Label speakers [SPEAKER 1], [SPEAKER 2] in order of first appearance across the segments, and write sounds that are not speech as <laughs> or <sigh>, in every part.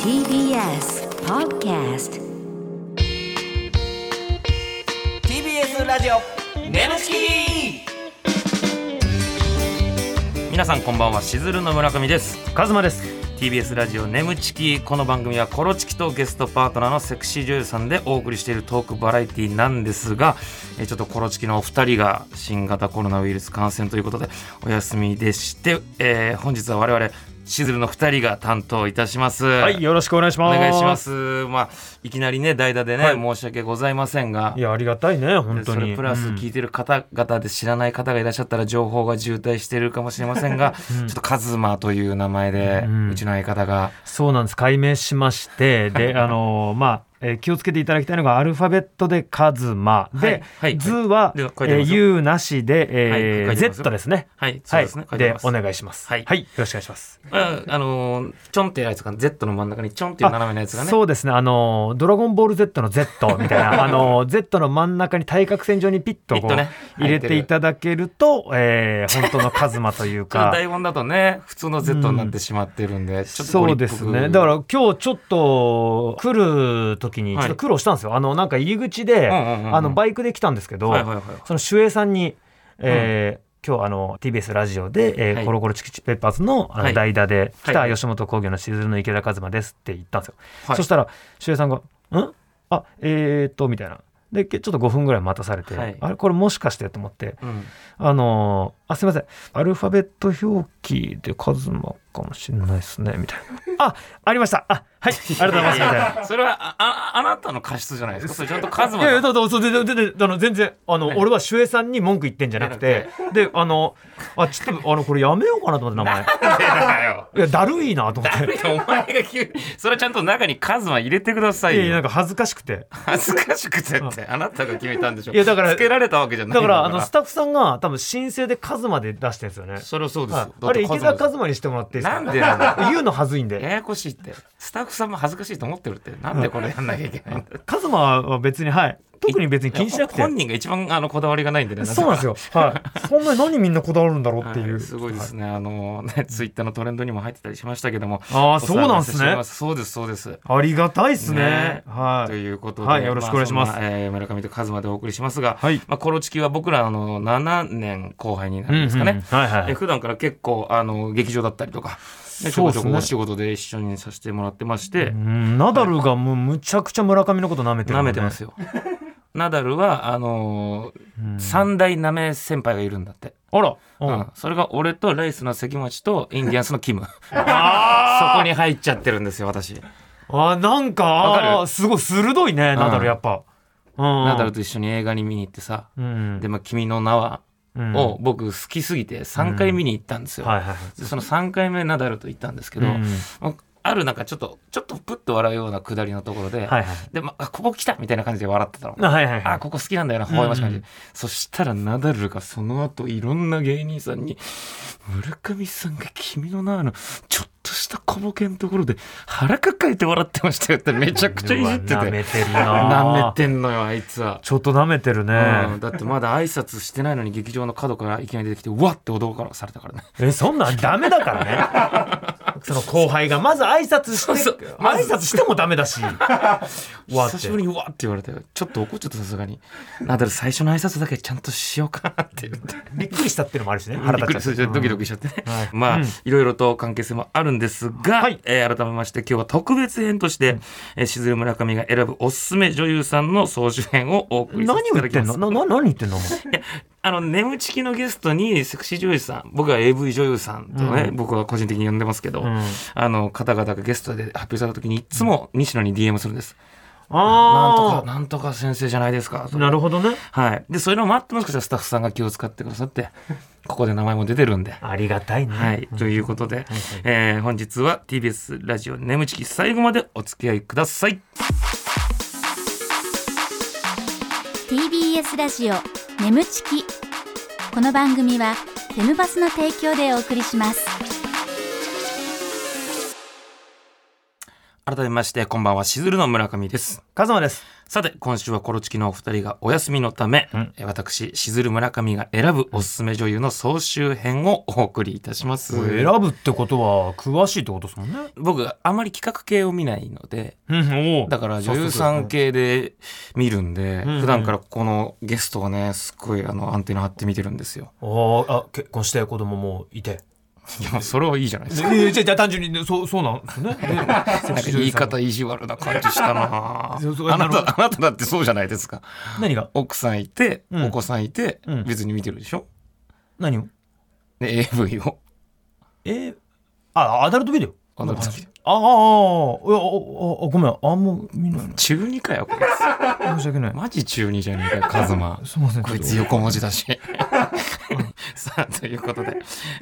[SPEAKER 1] TBS Podcast
[SPEAKER 2] TBS ラジオ
[SPEAKER 3] ムチキ
[SPEAKER 2] 皆さんこんばんはしずるの村上です
[SPEAKER 3] カズマです
[SPEAKER 2] TBS ラジオ「ネムチキ」この番組はコロチキとゲストパートナーのセクシー女優さんでお送りしているトークバラエティなんですがえーちょっとコロチキのお二人が新型コロナウイルス感染ということでお休みでして、えー本日は我々しずるの二人が担当いたします。
[SPEAKER 3] はいよろしくお願いし
[SPEAKER 2] お
[SPEAKER 3] ます
[SPEAKER 2] 願いします。まあ、いきなりね、代打でね、
[SPEAKER 3] はい
[SPEAKER 2] 申し訳ございませんが
[SPEAKER 3] い。やありがたいね
[SPEAKER 2] で
[SPEAKER 3] 本当
[SPEAKER 2] それ
[SPEAKER 3] に
[SPEAKER 2] プラス
[SPEAKER 3] うん
[SPEAKER 2] 聞いてる方々で知らない方がいらっしゃったら情報が渋滞してるかもしれませんが、ちょっとカズマという名前で、う
[SPEAKER 3] うん
[SPEAKER 2] ちの相方が、
[SPEAKER 3] そうなんです解明しましてであのーまあえー気をつけていただきたいのがアルファベットでカズマで、
[SPEAKER 2] はいはい
[SPEAKER 3] ズは、
[SPEAKER 2] で書いてありま
[SPEAKER 3] えー、
[SPEAKER 2] すよ
[SPEAKER 3] U なしで、えー
[SPEAKER 2] はい書いてますよ
[SPEAKER 3] Z ですね。
[SPEAKER 2] はい、そうですね、書
[SPEAKER 3] はい、
[SPEAKER 2] いて
[SPEAKER 3] で
[SPEAKER 2] ます
[SPEAKER 3] お願いします、
[SPEAKER 2] は
[SPEAKER 3] はいい。よろしくお願いします。
[SPEAKER 2] ああのーチョンってやつが、Z の真ん中にチョンっていう斜めのやつがね。
[SPEAKER 3] そうですね。あのードラゴンボール Z の Z みたいな
[SPEAKER 2] <laughs>
[SPEAKER 3] あのー Z の真ん中に対角線上にピッと
[SPEAKER 2] ピ
[SPEAKER 3] こ
[SPEAKER 2] ッ
[SPEAKER 3] う
[SPEAKER 2] とね
[SPEAKER 3] 入れ
[SPEAKER 2] 入ってる
[SPEAKER 3] ていただけると、えー、本当のカズマという
[SPEAKER 2] この <laughs>
[SPEAKER 3] か。
[SPEAKER 2] 台本だとね、普通の Z になってしまってるんで、ちょっとゴ
[SPEAKER 3] そ
[SPEAKER 2] リ
[SPEAKER 3] う
[SPEAKER 2] っぽ
[SPEAKER 3] で
[SPEAKER 2] く
[SPEAKER 3] すねだから今日ちょっと来る時にちょっと苦労したんですよ、あのなんか入り口で、
[SPEAKER 2] うんうんうんうん
[SPEAKER 3] あのバイクで来たんですけど、
[SPEAKER 2] はいはいはい
[SPEAKER 3] その守衛さんに、えー今日あの TBS ラジオで、えー
[SPEAKER 2] はい
[SPEAKER 3] コロコロチキチキペッパーズのあ
[SPEAKER 2] はい
[SPEAKER 3] の代打で、
[SPEAKER 2] はい
[SPEAKER 3] 来た吉本興業のしずるの池田和馬ですって言ったんですよ、
[SPEAKER 2] はい
[SPEAKER 3] そしたら守衛さんが「んあえー、っと」みたいなでけちょっと5分ぐらい待たされて、
[SPEAKER 2] はい
[SPEAKER 3] あれこれもしかしてと思って
[SPEAKER 2] うん
[SPEAKER 3] あのーあ、すいません。アルファベット表記でカズマかもしれないですね、みたいな。あ、ありました。あ、はい、ありがとうございます、みたいな。
[SPEAKER 2] それはあああなたの過失じゃないですか。それちゃんとカズ
[SPEAKER 3] い
[SPEAKER 2] マ
[SPEAKER 3] やいや、
[SPEAKER 2] だ
[SPEAKER 3] だだそう全然、全然、あの、全然、あの、
[SPEAKER 2] はい
[SPEAKER 3] 俺は守衛さんに文句言ってんじゃなくて、で、あの、あ、ちょっと、あの、これやめようかなと思って、名
[SPEAKER 2] <laughs>
[SPEAKER 3] 前。
[SPEAKER 2] だよ。
[SPEAKER 3] いや、だるいなと思って。
[SPEAKER 2] お前が急にそれはちゃんと中にカズマ入れてくださ
[SPEAKER 3] い
[SPEAKER 2] い
[SPEAKER 3] やいや、な
[SPEAKER 2] よ
[SPEAKER 3] んか恥ずかしくて。
[SPEAKER 2] 恥ずかしくてってあなたが決めたんでしょ
[SPEAKER 3] いやだから
[SPEAKER 2] つけられたわけじゃない
[SPEAKER 3] だ
[SPEAKER 2] ん
[SPEAKER 3] から、あの、スタッフさんが多分申請でカズマで出してるんですよね。
[SPEAKER 2] それはそうです
[SPEAKER 3] はい
[SPEAKER 2] よ
[SPEAKER 3] あれ、池田
[SPEAKER 2] カ
[SPEAKER 3] カ
[SPEAKER 2] ズ
[SPEAKER 3] ズマにしてもらっていいですか
[SPEAKER 2] なんでなんだ
[SPEAKER 3] 言うの恥ずいんで
[SPEAKER 2] や。やこしいってスタッフさんも恥ずかしいと思ってるってなんでこれやんなきゃいけないんだ
[SPEAKER 3] カズマは別に、はい。特に別に気にしなくて。
[SPEAKER 2] 本人が一番あのこだわりがないんでね
[SPEAKER 3] そうなん
[SPEAKER 2] <laughs>
[SPEAKER 3] ですよ。はい。そんなに何みんなこだわるんだろう
[SPEAKER 2] は
[SPEAKER 3] っていう。
[SPEAKER 2] すごいですね、あのね、ツイッターのトレンドにも入ってたりしましたけども。
[SPEAKER 3] あーそうなんです
[SPEAKER 2] お騒がせ
[SPEAKER 3] ね
[SPEAKER 2] しておりますそうです、そうです。
[SPEAKER 3] ありがたいですね。
[SPEAKER 2] ね
[SPEAKER 3] は
[SPEAKER 2] と
[SPEAKER 3] い。
[SPEAKER 2] いうことで、
[SPEAKER 3] はいよろしくお願いします
[SPEAKER 2] あそんなえー村上とカズマでお送りしますが、
[SPEAKER 3] はい
[SPEAKER 2] まあ、コロチキは僕らの7年後輩になるんですかね。
[SPEAKER 3] うんうんはいはいはい
[SPEAKER 2] えー普段から結構あの劇場だったりとか、ねちょ
[SPEAKER 3] そう
[SPEAKER 2] こ
[SPEAKER 3] で
[SPEAKER 2] ちょ
[SPEAKER 3] すね
[SPEAKER 2] こお仕事で一緒にさせてもらってまして、
[SPEAKER 3] うんナダルがもうむちゃくちゃ村上のこと舐めてる
[SPEAKER 2] 舐
[SPEAKER 3] もんね、
[SPEAKER 2] めてますよ。ナダルはあの
[SPEAKER 3] うん
[SPEAKER 2] 3大舐め先輩がいるんだって、
[SPEAKER 3] あら。
[SPEAKER 2] う
[SPEAKER 3] うんん。
[SPEAKER 2] それが俺とライスの関町とインディアンスのキムそ
[SPEAKER 3] あ
[SPEAKER 2] こに入っちゃってるんですよ私
[SPEAKER 3] あ、なん
[SPEAKER 2] わかる
[SPEAKER 3] か、あーすごい鋭いね、ナダルやっぱ。うん。
[SPEAKER 2] ナダルと一緒に映画に見に行ってさ
[SPEAKER 3] うん。
[SPEAKER 2] で、まあ、君の名は」
[SPEAKER 3] うん、
[SPEAKER 2] を僕好きすぎて3回見に行ったんですよ、
[SPEAKER 3] はいはいはい。
[SPEAKER 2] でその3回目ナダルと行ったんですけど、
[SPEAKER 3] うん
[SPEAKER 2] まああるなんかちょっとちょっとプッと笑うようなくだりのところで、
[SPEAKER 3] はいはい。
[SPEAKER 2] で、まあ、ここ来たみたいな感じで笑ってたの。
[SPEAKER 3] あはいはいは
[SPEAKER 2] あ
[SPEAKER 3] い。
[SPEAKER 2] ここ好きなんだよな微笑ましい感じ、
[SPEAKER 3] うん
[SPEAKER 2] そしたらナダルがその後いろんな芸人さんに村上さんが君の名のちょっとした小ボケのところで腹抱えて笑ってましたよってめちゃくちゃいじってて
[SPEAKER 3] うわ舐めてる
[SPEAKER 2] <laughs> 舐
[SPEAKER 3] な
[SPEAKER 2] めてんのよあいつは、
[SPEAKER 3] ちょっと舐めてるね。
[SPEAKER 2] うんだってまだ挨拶してないのに劇場の角からいきなり出てきてうわって驚かされたからね
[SPEAKER 3] えそんなんダメだから
[SPEAKER 2] <laughs>
[SPEAKER 3] ねその後輩がまず挨拶して
[SPEAKER 2] そうそうまず
[SPEAKER 3] 挨拶してもダメだしわって
[SPEAKER 2] 久しぶりにうわって言われてちょっと怒っちゃったさすがにナダル最初の挨拶だけちゃんとしようかなって言って
[SPEAKER 3] びっくりしたっていうのもあるしね
[SPEAKER 2] 腹
[SPEAKER 3] 腹
[SPEAKER 2] 立っ
[SPEAKER 3] 立
[SPEAKER 2] ちゃ
[SPEAKER 3] っ
[SPEAKER 2] っ
[SPEAKER 3] ちゃ
[SPEAKER 2] て
[SPEAKER 3] う
[SPEAKER 2] ドキドキしちゃってね、
[SPEAKER 3] はい
[SPEAKER 2] <laughs> まあ、
[SPEAKER 3] うん
[SPEAKER 2] いろいろと関係性もあるんですが、
[SPEAKER 3] はい
[SPEAKER 2] えー改めまして今日は特別編として、えーしずる村上が選ぶおすすめ女優さんの総集編をお送りさせ
[SPEAKER 3] 何
[SPEAKER 2] ていた
[SPEAKER 3] を言
[SPEAKER 2] だ
[SPEAKER 3] っ
[SPEAKER 2] き
[SPEAKER 3] て
[SPEAKER 2] ま
[SPEAKER 3] ん
[SPEAKER 2] す
[SPEAKER 3] のなな何言ってんのお前
[SPEAKER 2] あの眠ちきのゲストにセクシー女優さん僕は AV 女優さんとね、
[SPEAKER 3] うん
[SPEAKER 2] 僕は個人的に呼んでますけど、
[SPEAKER 3] うん
[SPEAKER 2] あの方々がゲストで発表された時にいつも西野に DM するんです、なんと
[SPEAKER 3] あ
[SPEAKER 2] かなんとか先生じゃないですかと
[SPEAKER 3] あなるほどね
[SPEAKER 2] はいでそういうのを待ってもしかしたらスタッフさんが気を使ってくださってここで名前も出てるんで
[SPEAKER 3] ありがたいね、
[SPEAKER 2] はい、ということで、えー本日は TBS ラジオ「眠ちき」最後までお付き合いください。
[SPEAKER 1] TBS ラジオ眠ちきこの番組はテムバスの提供でお送りします
[SPEAKER 2] 改めましてこんばんはしずるの村上です
[SPEAKER 3] カズマです。
[SPEAKER 2] さて今週はコロチキのお二人がお休みのため、
[SPEAKER 3] うん
[SPEAKER 2] え私しずる村上が選ぶおすすめ女優の総集編をお送りいたします
[SPEAKER 3] 選ぶってことは詳しいってことですもんね。
[SPEAKER 2] 僕あまり企画系を見ないので
[SPEAKER 3] うん、お
[SPEAKER 2] だから女優さん。系で見るんで、
[SPEAKER 3] うん
[SPEAKER 2] 普段からこのゲストがねすごいあのアンテナ張って見てるんですよ。
[SPEAKER 3] ああ、結婚して子供もいて。
[SPEAKER 2] いやそれはいいじゃないですか。
[SPEAKER 3] ええ、じゃあじゃあ単純にね、そう、そうなんで
[SPEAKER 2] <laughs>
[SPEAKER 3] すね。
[SPEAKER 2] なんか言い方意地悪な感じしたなあ
[SPEAKER 3] <laughs> そうそうな
[SPEAKER 2] な
[SPEAKER 3] るほ
[SPEAKER 2] たあなただってそうじゃないですか
[SPEAKER 3] 何が
[SPEAKER 2] 奥さんいて、
[SPEAKER 3] うん
[SPEAKER 2] お子さんいて、
[SPEAKER 3] うん
[SPEAKER 2] 別に見てるでしょ
[SPEAKER 3] 何を
[SPEAKER 2] で AV を
[SPEAKER 3] えー、あ、アダルトビデオ。
[SPEAKER 2] アダルトビデ
[SPEAKER 3] ああ、ああ、いや、おおおごめん。あんま見ないの。
[SPEAKER 2] 中二かよこい
[SPEAKER 3] 申し訳ない
[SPEAKER 2] つ。マジ中二じゃねえかよカズマ
[SPEAKER 3] すみません。
[SPEAKER 2] こいつ
[SPEAKER 3] ちょっ
[SPEAKER 2] 横文字だし <laughs> さあということで、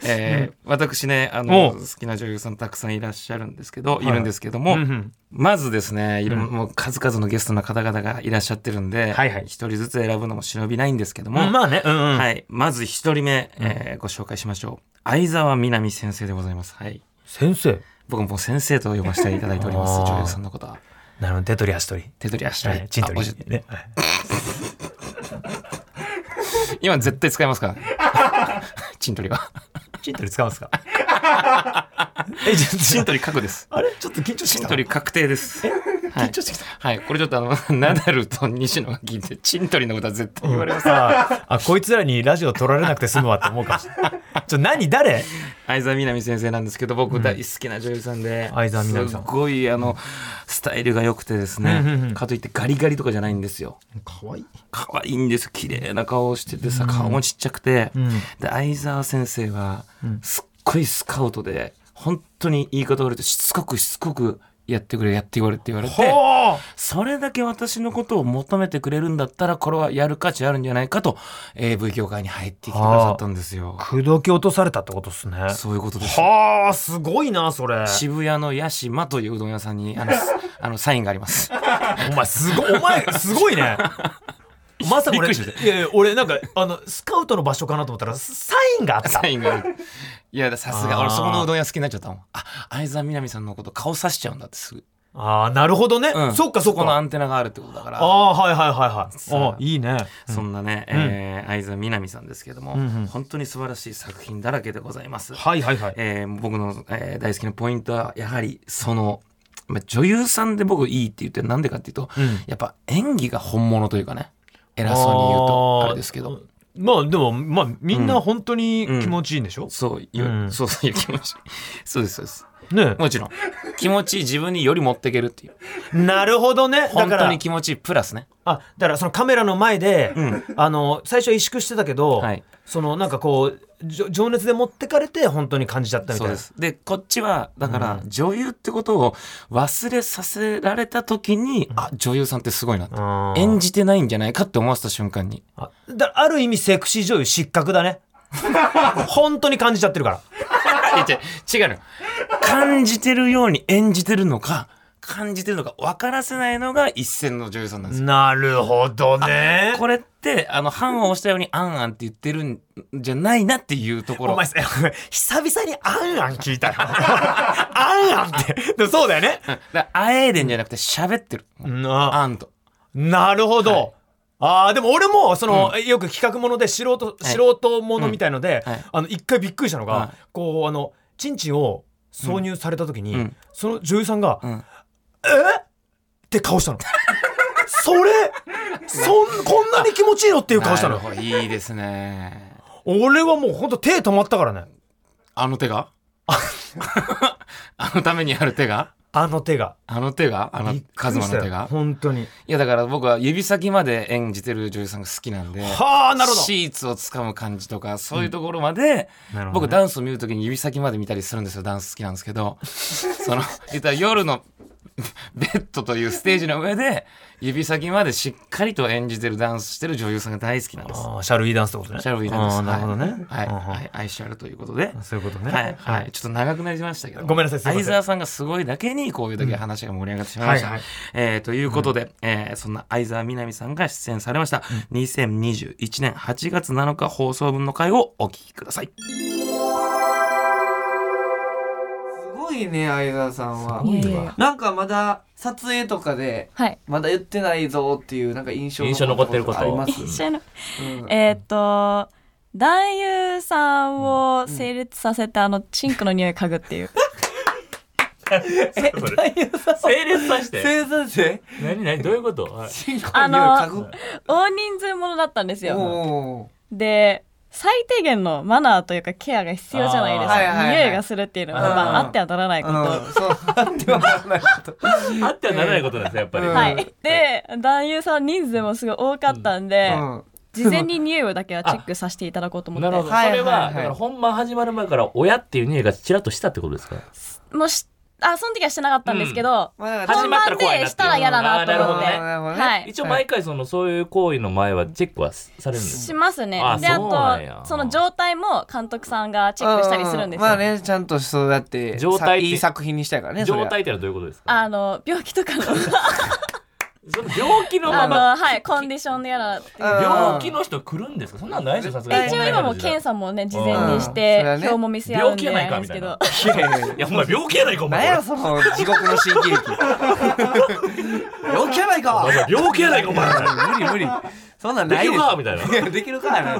[SPEAKER 2] えー私ねあ
[SPEAKER 3] お
[SPEAKER 2] の
[SPEAKER 3] う
[SPEAKER 2] 好きな女優さんたくさんいらっしゃるんですけど、
[SPEAKER 3] い
[SPEAKER 2] い、るんですけど
[SPEAKER 3] と
[SPEAKER 2] も、
[SPEAKER 3] うんうん
[SPEAKER 2] まずですねいろん
[SPEAKER 3] うん
[SPEAKER 2] もう数々のゲストの方々がいらっしゃってるんで
[SPEAKER 3] はいはい
[SPEAKER 2] 一人ずつ選ぶのも忍びないんですけども、
[SPEAKER 3] うんまあね、うんうん。
[SPEAKER 2] はい、まず一人目、えーご紹介しましょう相沢みなみ先生でございます、はい、
[SPEAKER 3] 先生。
[SPEAKER 2] 僕もう先生と呼ばせていただいております
[SPEAKER 3] あー
[SPEAKER 2] 女優さんのことは
[SPEAKER 3] なるほど、手取り足取り。
[SPEAKER 2] 手取り足
[SPEAKER 3] は
[SPEAKER 2] 取り、
[SPEAKER 3] い、チン取
[SPEAKER 2] あおじ
[SPEAKER 3] り。ね。はい
[SPEAKER 2] 今絶対使いますから <laughs> ねチン取りは
[SPEAKER 3] チン取り使うんですか <laughs> え、ちょっ
[SPEAKER 2] <laughs>
[SPEAKER 3] と、
[SPEAKER 2] チン取り確です
[SPEAKER 3] あれちょっと緊張して
[SPEAKER 2] チ
[SPEAKER 3] き
[SPEAKER 2] ン
[SPEAKER 3] た。
[SPEAKER 2] 取り確定ですはい
[SPEAKER 3] 緊張してきた。
[SPEAKER 2] はい、これちょっとあ <laughs> の、ナダルと西野が聞いて、チントリのことは絶対言われます。
[SPEAKER 3] さあ、あ、こいつらにラジオ取られなくて済むわって思うかもしれ
[SPEAKER 2] <laughs>
[SPEAKER 3] ない。ちょ、何誰
[SPEAKER 2] 相沢みなみ先生なんですけど、僕大好きな女優さんで、
[SPEAKER 3] 相沢みなみさん
[SPEAKER 2] すごい、あの、スタイルが良くてです
[SPEAKER 3] うんうんう
[SPEAKER 2] ね
[SPEAKER 3] ん、
[SPEAKER 2] かといってガリガリとかじゃないんですよ。
[SPEAKER 3] かわいい。
[SPEAKER 2] 可愛いんです綺麗な顔をしててさ顔もちっちゃくて、
[SPEAKER 3] うん。
[SPEAKER 2] で相沢先生は
[SPEAKER 3] うん
[SPEAKER 2] すっごいスカウトで本当に言い方悪いとしつこくしつこくやってくれやって言われって言われて
[SPEAKER 3] ほ
[SPEAKER 2] それだけ私のことを求めてくれるんだったらこれはやる価値あるんじゃないかと AV 業界に入ってきてくださったんですよ
[SPEAKER 3] う。口説き落とされたってことっすね。
[SPEAKER 2] そういうことです
[SPEAKER 3] はあ、すごいな、それ。
[SPEAKER 2] 渋谷のヤシマといううどん屋さんにあ
[SPEAKER 3] <laughs>
[SPEAKER 2] のあのサインがあります
[SPEAKER 3] お前、すごい、お前、すご
[SPEAKER 2] <laughs>
[SPEAKER 3] いね。まさか
[SPEAKER 2] び
[SPEAKER 3] 俺、
[SPEAKER 2] っくりし
[SPEAKER 3] いやいや俺なんか、あの、スカウトの場所かなと思ったら、サインがあった
[SPEAKER 2] サ。インがあるいやさす
[SPEAKER 3] あ
[SPEAKER 2] が
[SPEAKER 3] ー
[SPEAKER 2] 俺そこのうどん屋好きになっちゃったもんあ相沢みなみさんのこと顔さしちゃうんだってすぐ
[SPEAKER 3] ああ、なるほどね。
[SPEAKER 2] うん
[SPEAKER 3] そっかそっ
[SPEAKER 2] このア
[SPEAKER 3] か。
[SPEAKER 2] ンテナがあるってことだか
[SPEAKER 3] あ
[SPEAKER 2] ら
[SPEAKER 3] あ、はいはいはいはい。
[SPEAKER 2] さ
[SPEAKER 3] あいいね。
[SPEAKER 2] そんなね、
[SPEAKER 3] うん
[SPEAKER 2] えー相沢みなみさんですけども、
[SPEAKER 3] うんうん
[SPEAKER 2] 本当に素晴らしい作品だらけでございます、
[SPEAKER 3] はいはいはい。
[SPEAKER 2] えー僕の、えー大好きなポイントはやはりその、まあ、女優さんで僕いいって言ってるなんでかっていうと
[SPEAKER 3] うん
[SPEAKER 2] やっぱ演技が本物というかね偉そうに言うとあ
[SPEAKER 3] あー
[SPEAKER 2] れですけど
[SPEAKER 3] まあでも、まあみん
[SPEAKER 2] う
[SPEAKER 3] なん本当に気持ちいいんでしょ、
[SPEAKER 2] そういう、
[SPEAKER 3] うん
[SPEAKER 2] そうそういう気持ち <laughs> そうですそうです
[SPEAKER 3] ね
[SPEAKER 2] もちろん気持ち自分により持っていけるっていう
[SPEAKER 3] なるほどね。だ
[SPEAKER 2] 本
[SPEAKER 3] か
[SPEAKER 2] 当
[SPEAKER 3] ら
[SPEAKER 2] に、気持ちいいプラスね
[SPEAKER 3] あ、だからそのカメラの前で、
[SPEAKER 2] うん
[SPEAKER 3] あの、最初は萎縮してたけど、
[SPEAKER 2] はい
[SPEAKER 3] そのなんかこう、じょ情熱で持ってかれて本当に感じちゃったみ
[SPEAKER 2] そ
[SPEAKER 3] たいうな。
[SPEAKER 2] ですでこっちはだから女優ってことを忘れさせられた時に、あ女優さんってすごいなって、
[SPEAKER 3] うん
[SPEAKER 2] 演じてないんじゃないかって思わせた瞬間に
[SPEAKER 3] あだからある意味セクシー女優失
[SPEAKER 2] <laughs>
[SPEAKER 3] 格だね。本当に感じちゃってるから。
[SPEAKER 2] いや違う違うの感じてるように演じてるのか感じてるのか分からせないのが一線の女優さんなんですよ
[SPEAKER 3] なるほどね。
[SPEAKER 2] これってあの判を押したように「あんあん」って言ってるんじゃないなっていうところ
[SPEAKER 3] お前さ、久々にあんあん聞い
[SPEAKER 2] <laughs>
[SPEAKER 3] たよ。あんあんって。でもそうだよね。
[SPEAKER 2] だからあえいでんじゃなくて喋ってる、
[SPEAKER 3] な
[SPEAKER 2] あんと
[SPEAKER 3] なるほど。ああ、でも俺も、その、よく企画もので素人、
[SPEAKER 2] はい
[SPEAKER 3] 素人ものみたいので、
[SPEAKER 2] うんはい
[SPEAKER 3] あの、一回びっくりしたのが、
[SPEAKER 2] はい
[SPEAKER 3] こう、あの、チンチンを挿入された時に、
[SPEAKER 2] うん
[SPEAKER 3] その女優さんが、
[SPEAKER 2] うん
[SPEAKER 3] えって顔したの。それ、そん、こんなに気持ちいいのっていう顔したの
[SPEAKER 2] な。るほどいいですね
[SPEAKER 3] 俺はもうほんと手止まったからね。
[SPEAKER 2] あの手が <laughs> あのためにある手が
[SPEAKER 3] あの手が。
[SPEAKER 2] あの手があの
[SPEAKER 3] びっくりした
[SPEAKER 2] カズマの手
[SPEAKER 3] よ
[SPEAKER 2] が
[SPEAKER 3] 本当に。
[SPEAKER 2] いやだから僕は指先まで演じてる女優さんが好きなんで
[SPEAKER 3] はあ、なるほど。
[SPEAKER 2] シーツを掴む感じとかそういうところまで、
[SPEAKER 3] なるほどね
[SPEAKER 2] 僕ダンスを見るときに指先まで見たりするんですよダンス好きなんですけ
[SPEAKER 3] <laughs>
[SPEAKER 2] どその言ったら夜のベッドというステージの上で指先までしっかりと演じてるダンスしてる女優さんが大好きなんです。
[SPEAKER 3] あーシャルイーダンスってことね。
[SPEAKER 2] シャルウィーダンス
[SPEAKER 3] あーなるほどね。
[SPEAKER 2] はい、
[SPEAKER 3] うんうん
[SPEAKER 2] はい、愛し合るということで、
[SPEAKER 3] そういうことね。
[SPEAKER 2] はい、はい、ちょっと長くなりましたけど。
[SPEAKER 3] ごめんなさいすいません
[SPEAKER 2] 相沢さんがすごいだけに、こういうだけ話が盛り上がってしまいました。
[SPEAKER 3] うんはいは
[SPEAKER 2] えーということで、えーそんな相沢みなみさんが出演されました、2021年8月7日放送分の回をお聞きください。すご
[SPEAKER 4] ごいね相沢さんは
[SPEAKER 3] ごいわ
[SPEAKER 5] いやいやいや
[SPEAKER 4] なんかまだ撮影とかで
[SPEAKER 5] はい
[SPEAKER 4] まだ言ってないぞっていうなんか印象
[SPEAKER 6] 印象残ってること
[SPEAKER 4] あります
[SPEAKER 5] 一緒の
[SPEAKER 4] うん
[SPEAKER 5] えーっと男優さんを成立させてあのチンクの匂い嗅ぐっていう
[SPEAKER 4] 男
[SPEAKER 6] え、
[SPEAKER 4] 優さん
[SPEAKER 6] 整列させて。
[SPEAKER 4] 生産生
[SPEAKER 6] 何何どういうことはい
[SPEAKER 4] 進行
[SPEAKER 5] あ
[SPEAKER 4] に
[SPEAKER 5] の
[SPEAKER 4] 嗅ぐ
[SPEAKER 5] 大人数ものだったんですよ
[SPEAKER 4] お
[SPEAKER 5] で最低限のマナーというかケアが必要じゃないですか、
[SPEAKER 4] あーはいはいはい
[SPEAKER 5] 匂いがするっていうのは、まあ、
[SPEAKER 4] うん
[SPEAKER 5] あってはならない
[SPEAKER 4] ー
[SPEAKER 5] こと、
[SPEAKER 4] うんそうあってはならないこと
[SPEAKER 6] あってはならないことなんですね、やっぱり。
[SPEAKER 4] うん
[SPEAKER 5] は
[SPEAKER 4] う
[SPEAKER 5] い、で男優さん人数もすごい多かったんで、事前に匂いをだけはチェックさせていただこうと思
[SPEAKER 6] なるほ
[SPEAKER 5] っ
[SPEAKER 6] ど。
[SPEAKER 4] はい
[SPEAKER 6] それ
[SPEAKER 4] はいは
[SPEAKER 6] は、
[SPEAKER 4] い
[SPEAKER 6] だから本番始まる前から、親っていう匂いがちらっとしたってことですか
[SPEAKER 5] てもうしあその時はしてなかったんですけど、
[SPEAKER 4] まあだから
[SPEAKER 6] 始
[SPEAKER 5] 本
[SPEAKER 6] まったら
[SPEAKER 5] 番
[SPEAKER 6] 怖い
[SPEAKER 5] で
[SPEAKER 6] なっていう
[SPEAKER 5] したら嫌だなと思って、
[SPEAKER 6] あー
[SPEAKER 4] なるほどね
[SPEAKER 5] はい
[SPEAKER 6] 一応毎回、その、そういう行為の前はチェックはされるんです
[SPEAKER 5] しますね
[SPEAKER 6] あ
[SPEAKER 5] で
[SPEAKER 6] そうなんや
[SPEAKER 5] あとその状態も監督さんがチェックしたりするんですよ、
[SPEAKER 4] まあねちゃんとそうだって
[SPEAKER 6] 状態って
[SPEAKER 4] さいい作品にしたいからねそれ
[SPEAKER 6] 状
[SPEAKER 4] は
[SPEAKER 6] 態ってのはどういうことですか
[SPEAKER 5] あの病気と
[SPEAKER 6] <laughs>
[SPEAKER 5] かの
[SPEAKER 6] その病気のま
[SPEAKER 5] あの、
[SPEAKER 6] ま、
[SPEAKER 5] はい、コンディションのやらってい
[SPEAKER 4] う
[SPEAKER 5] う
[SPEAKER 4] ん
[SPEAKER 6] 病気の人来るんですかそんなんないですよ、さすがに。
[SPEAKER 5] 一応今も検
[SPEAKER 6] 査。
[SPEAKER 5] 査もね事前にし
[SPEAKER 4] うん
[SPEAKER 5] て
[SPEAKER 4] それはね
[SPEAKER 5] 表も見せ合うんで
[SPEAKER 6] 病気やないか
[SPEAKER 5] あれですけど
[SPEAKER 4] い
[SPEAKER 6] み
[SPEAKER 4] やいやいや
[SPEAKER 6] いや、お前病気やないか、お
[SPEAKER 4] 何
[SPEAKER 6] 前。
[SPEAKER 4] やその地獄の新喜 <laughs> 劇病気やないか
[SPEAKER 6] お前病気やないか、お前。
[SPEAKER 4] 無理無理そんなん
[SPEAKER 6] で
[SPEAKER 4] ない
[SPEAKER 6] き
[SPEAKER 4] で
[SPEAKER 6] る
[SPEAKER 4] す
[SPEAKER 6] かみたいな。
[SPEAKER 4] いやできるかやな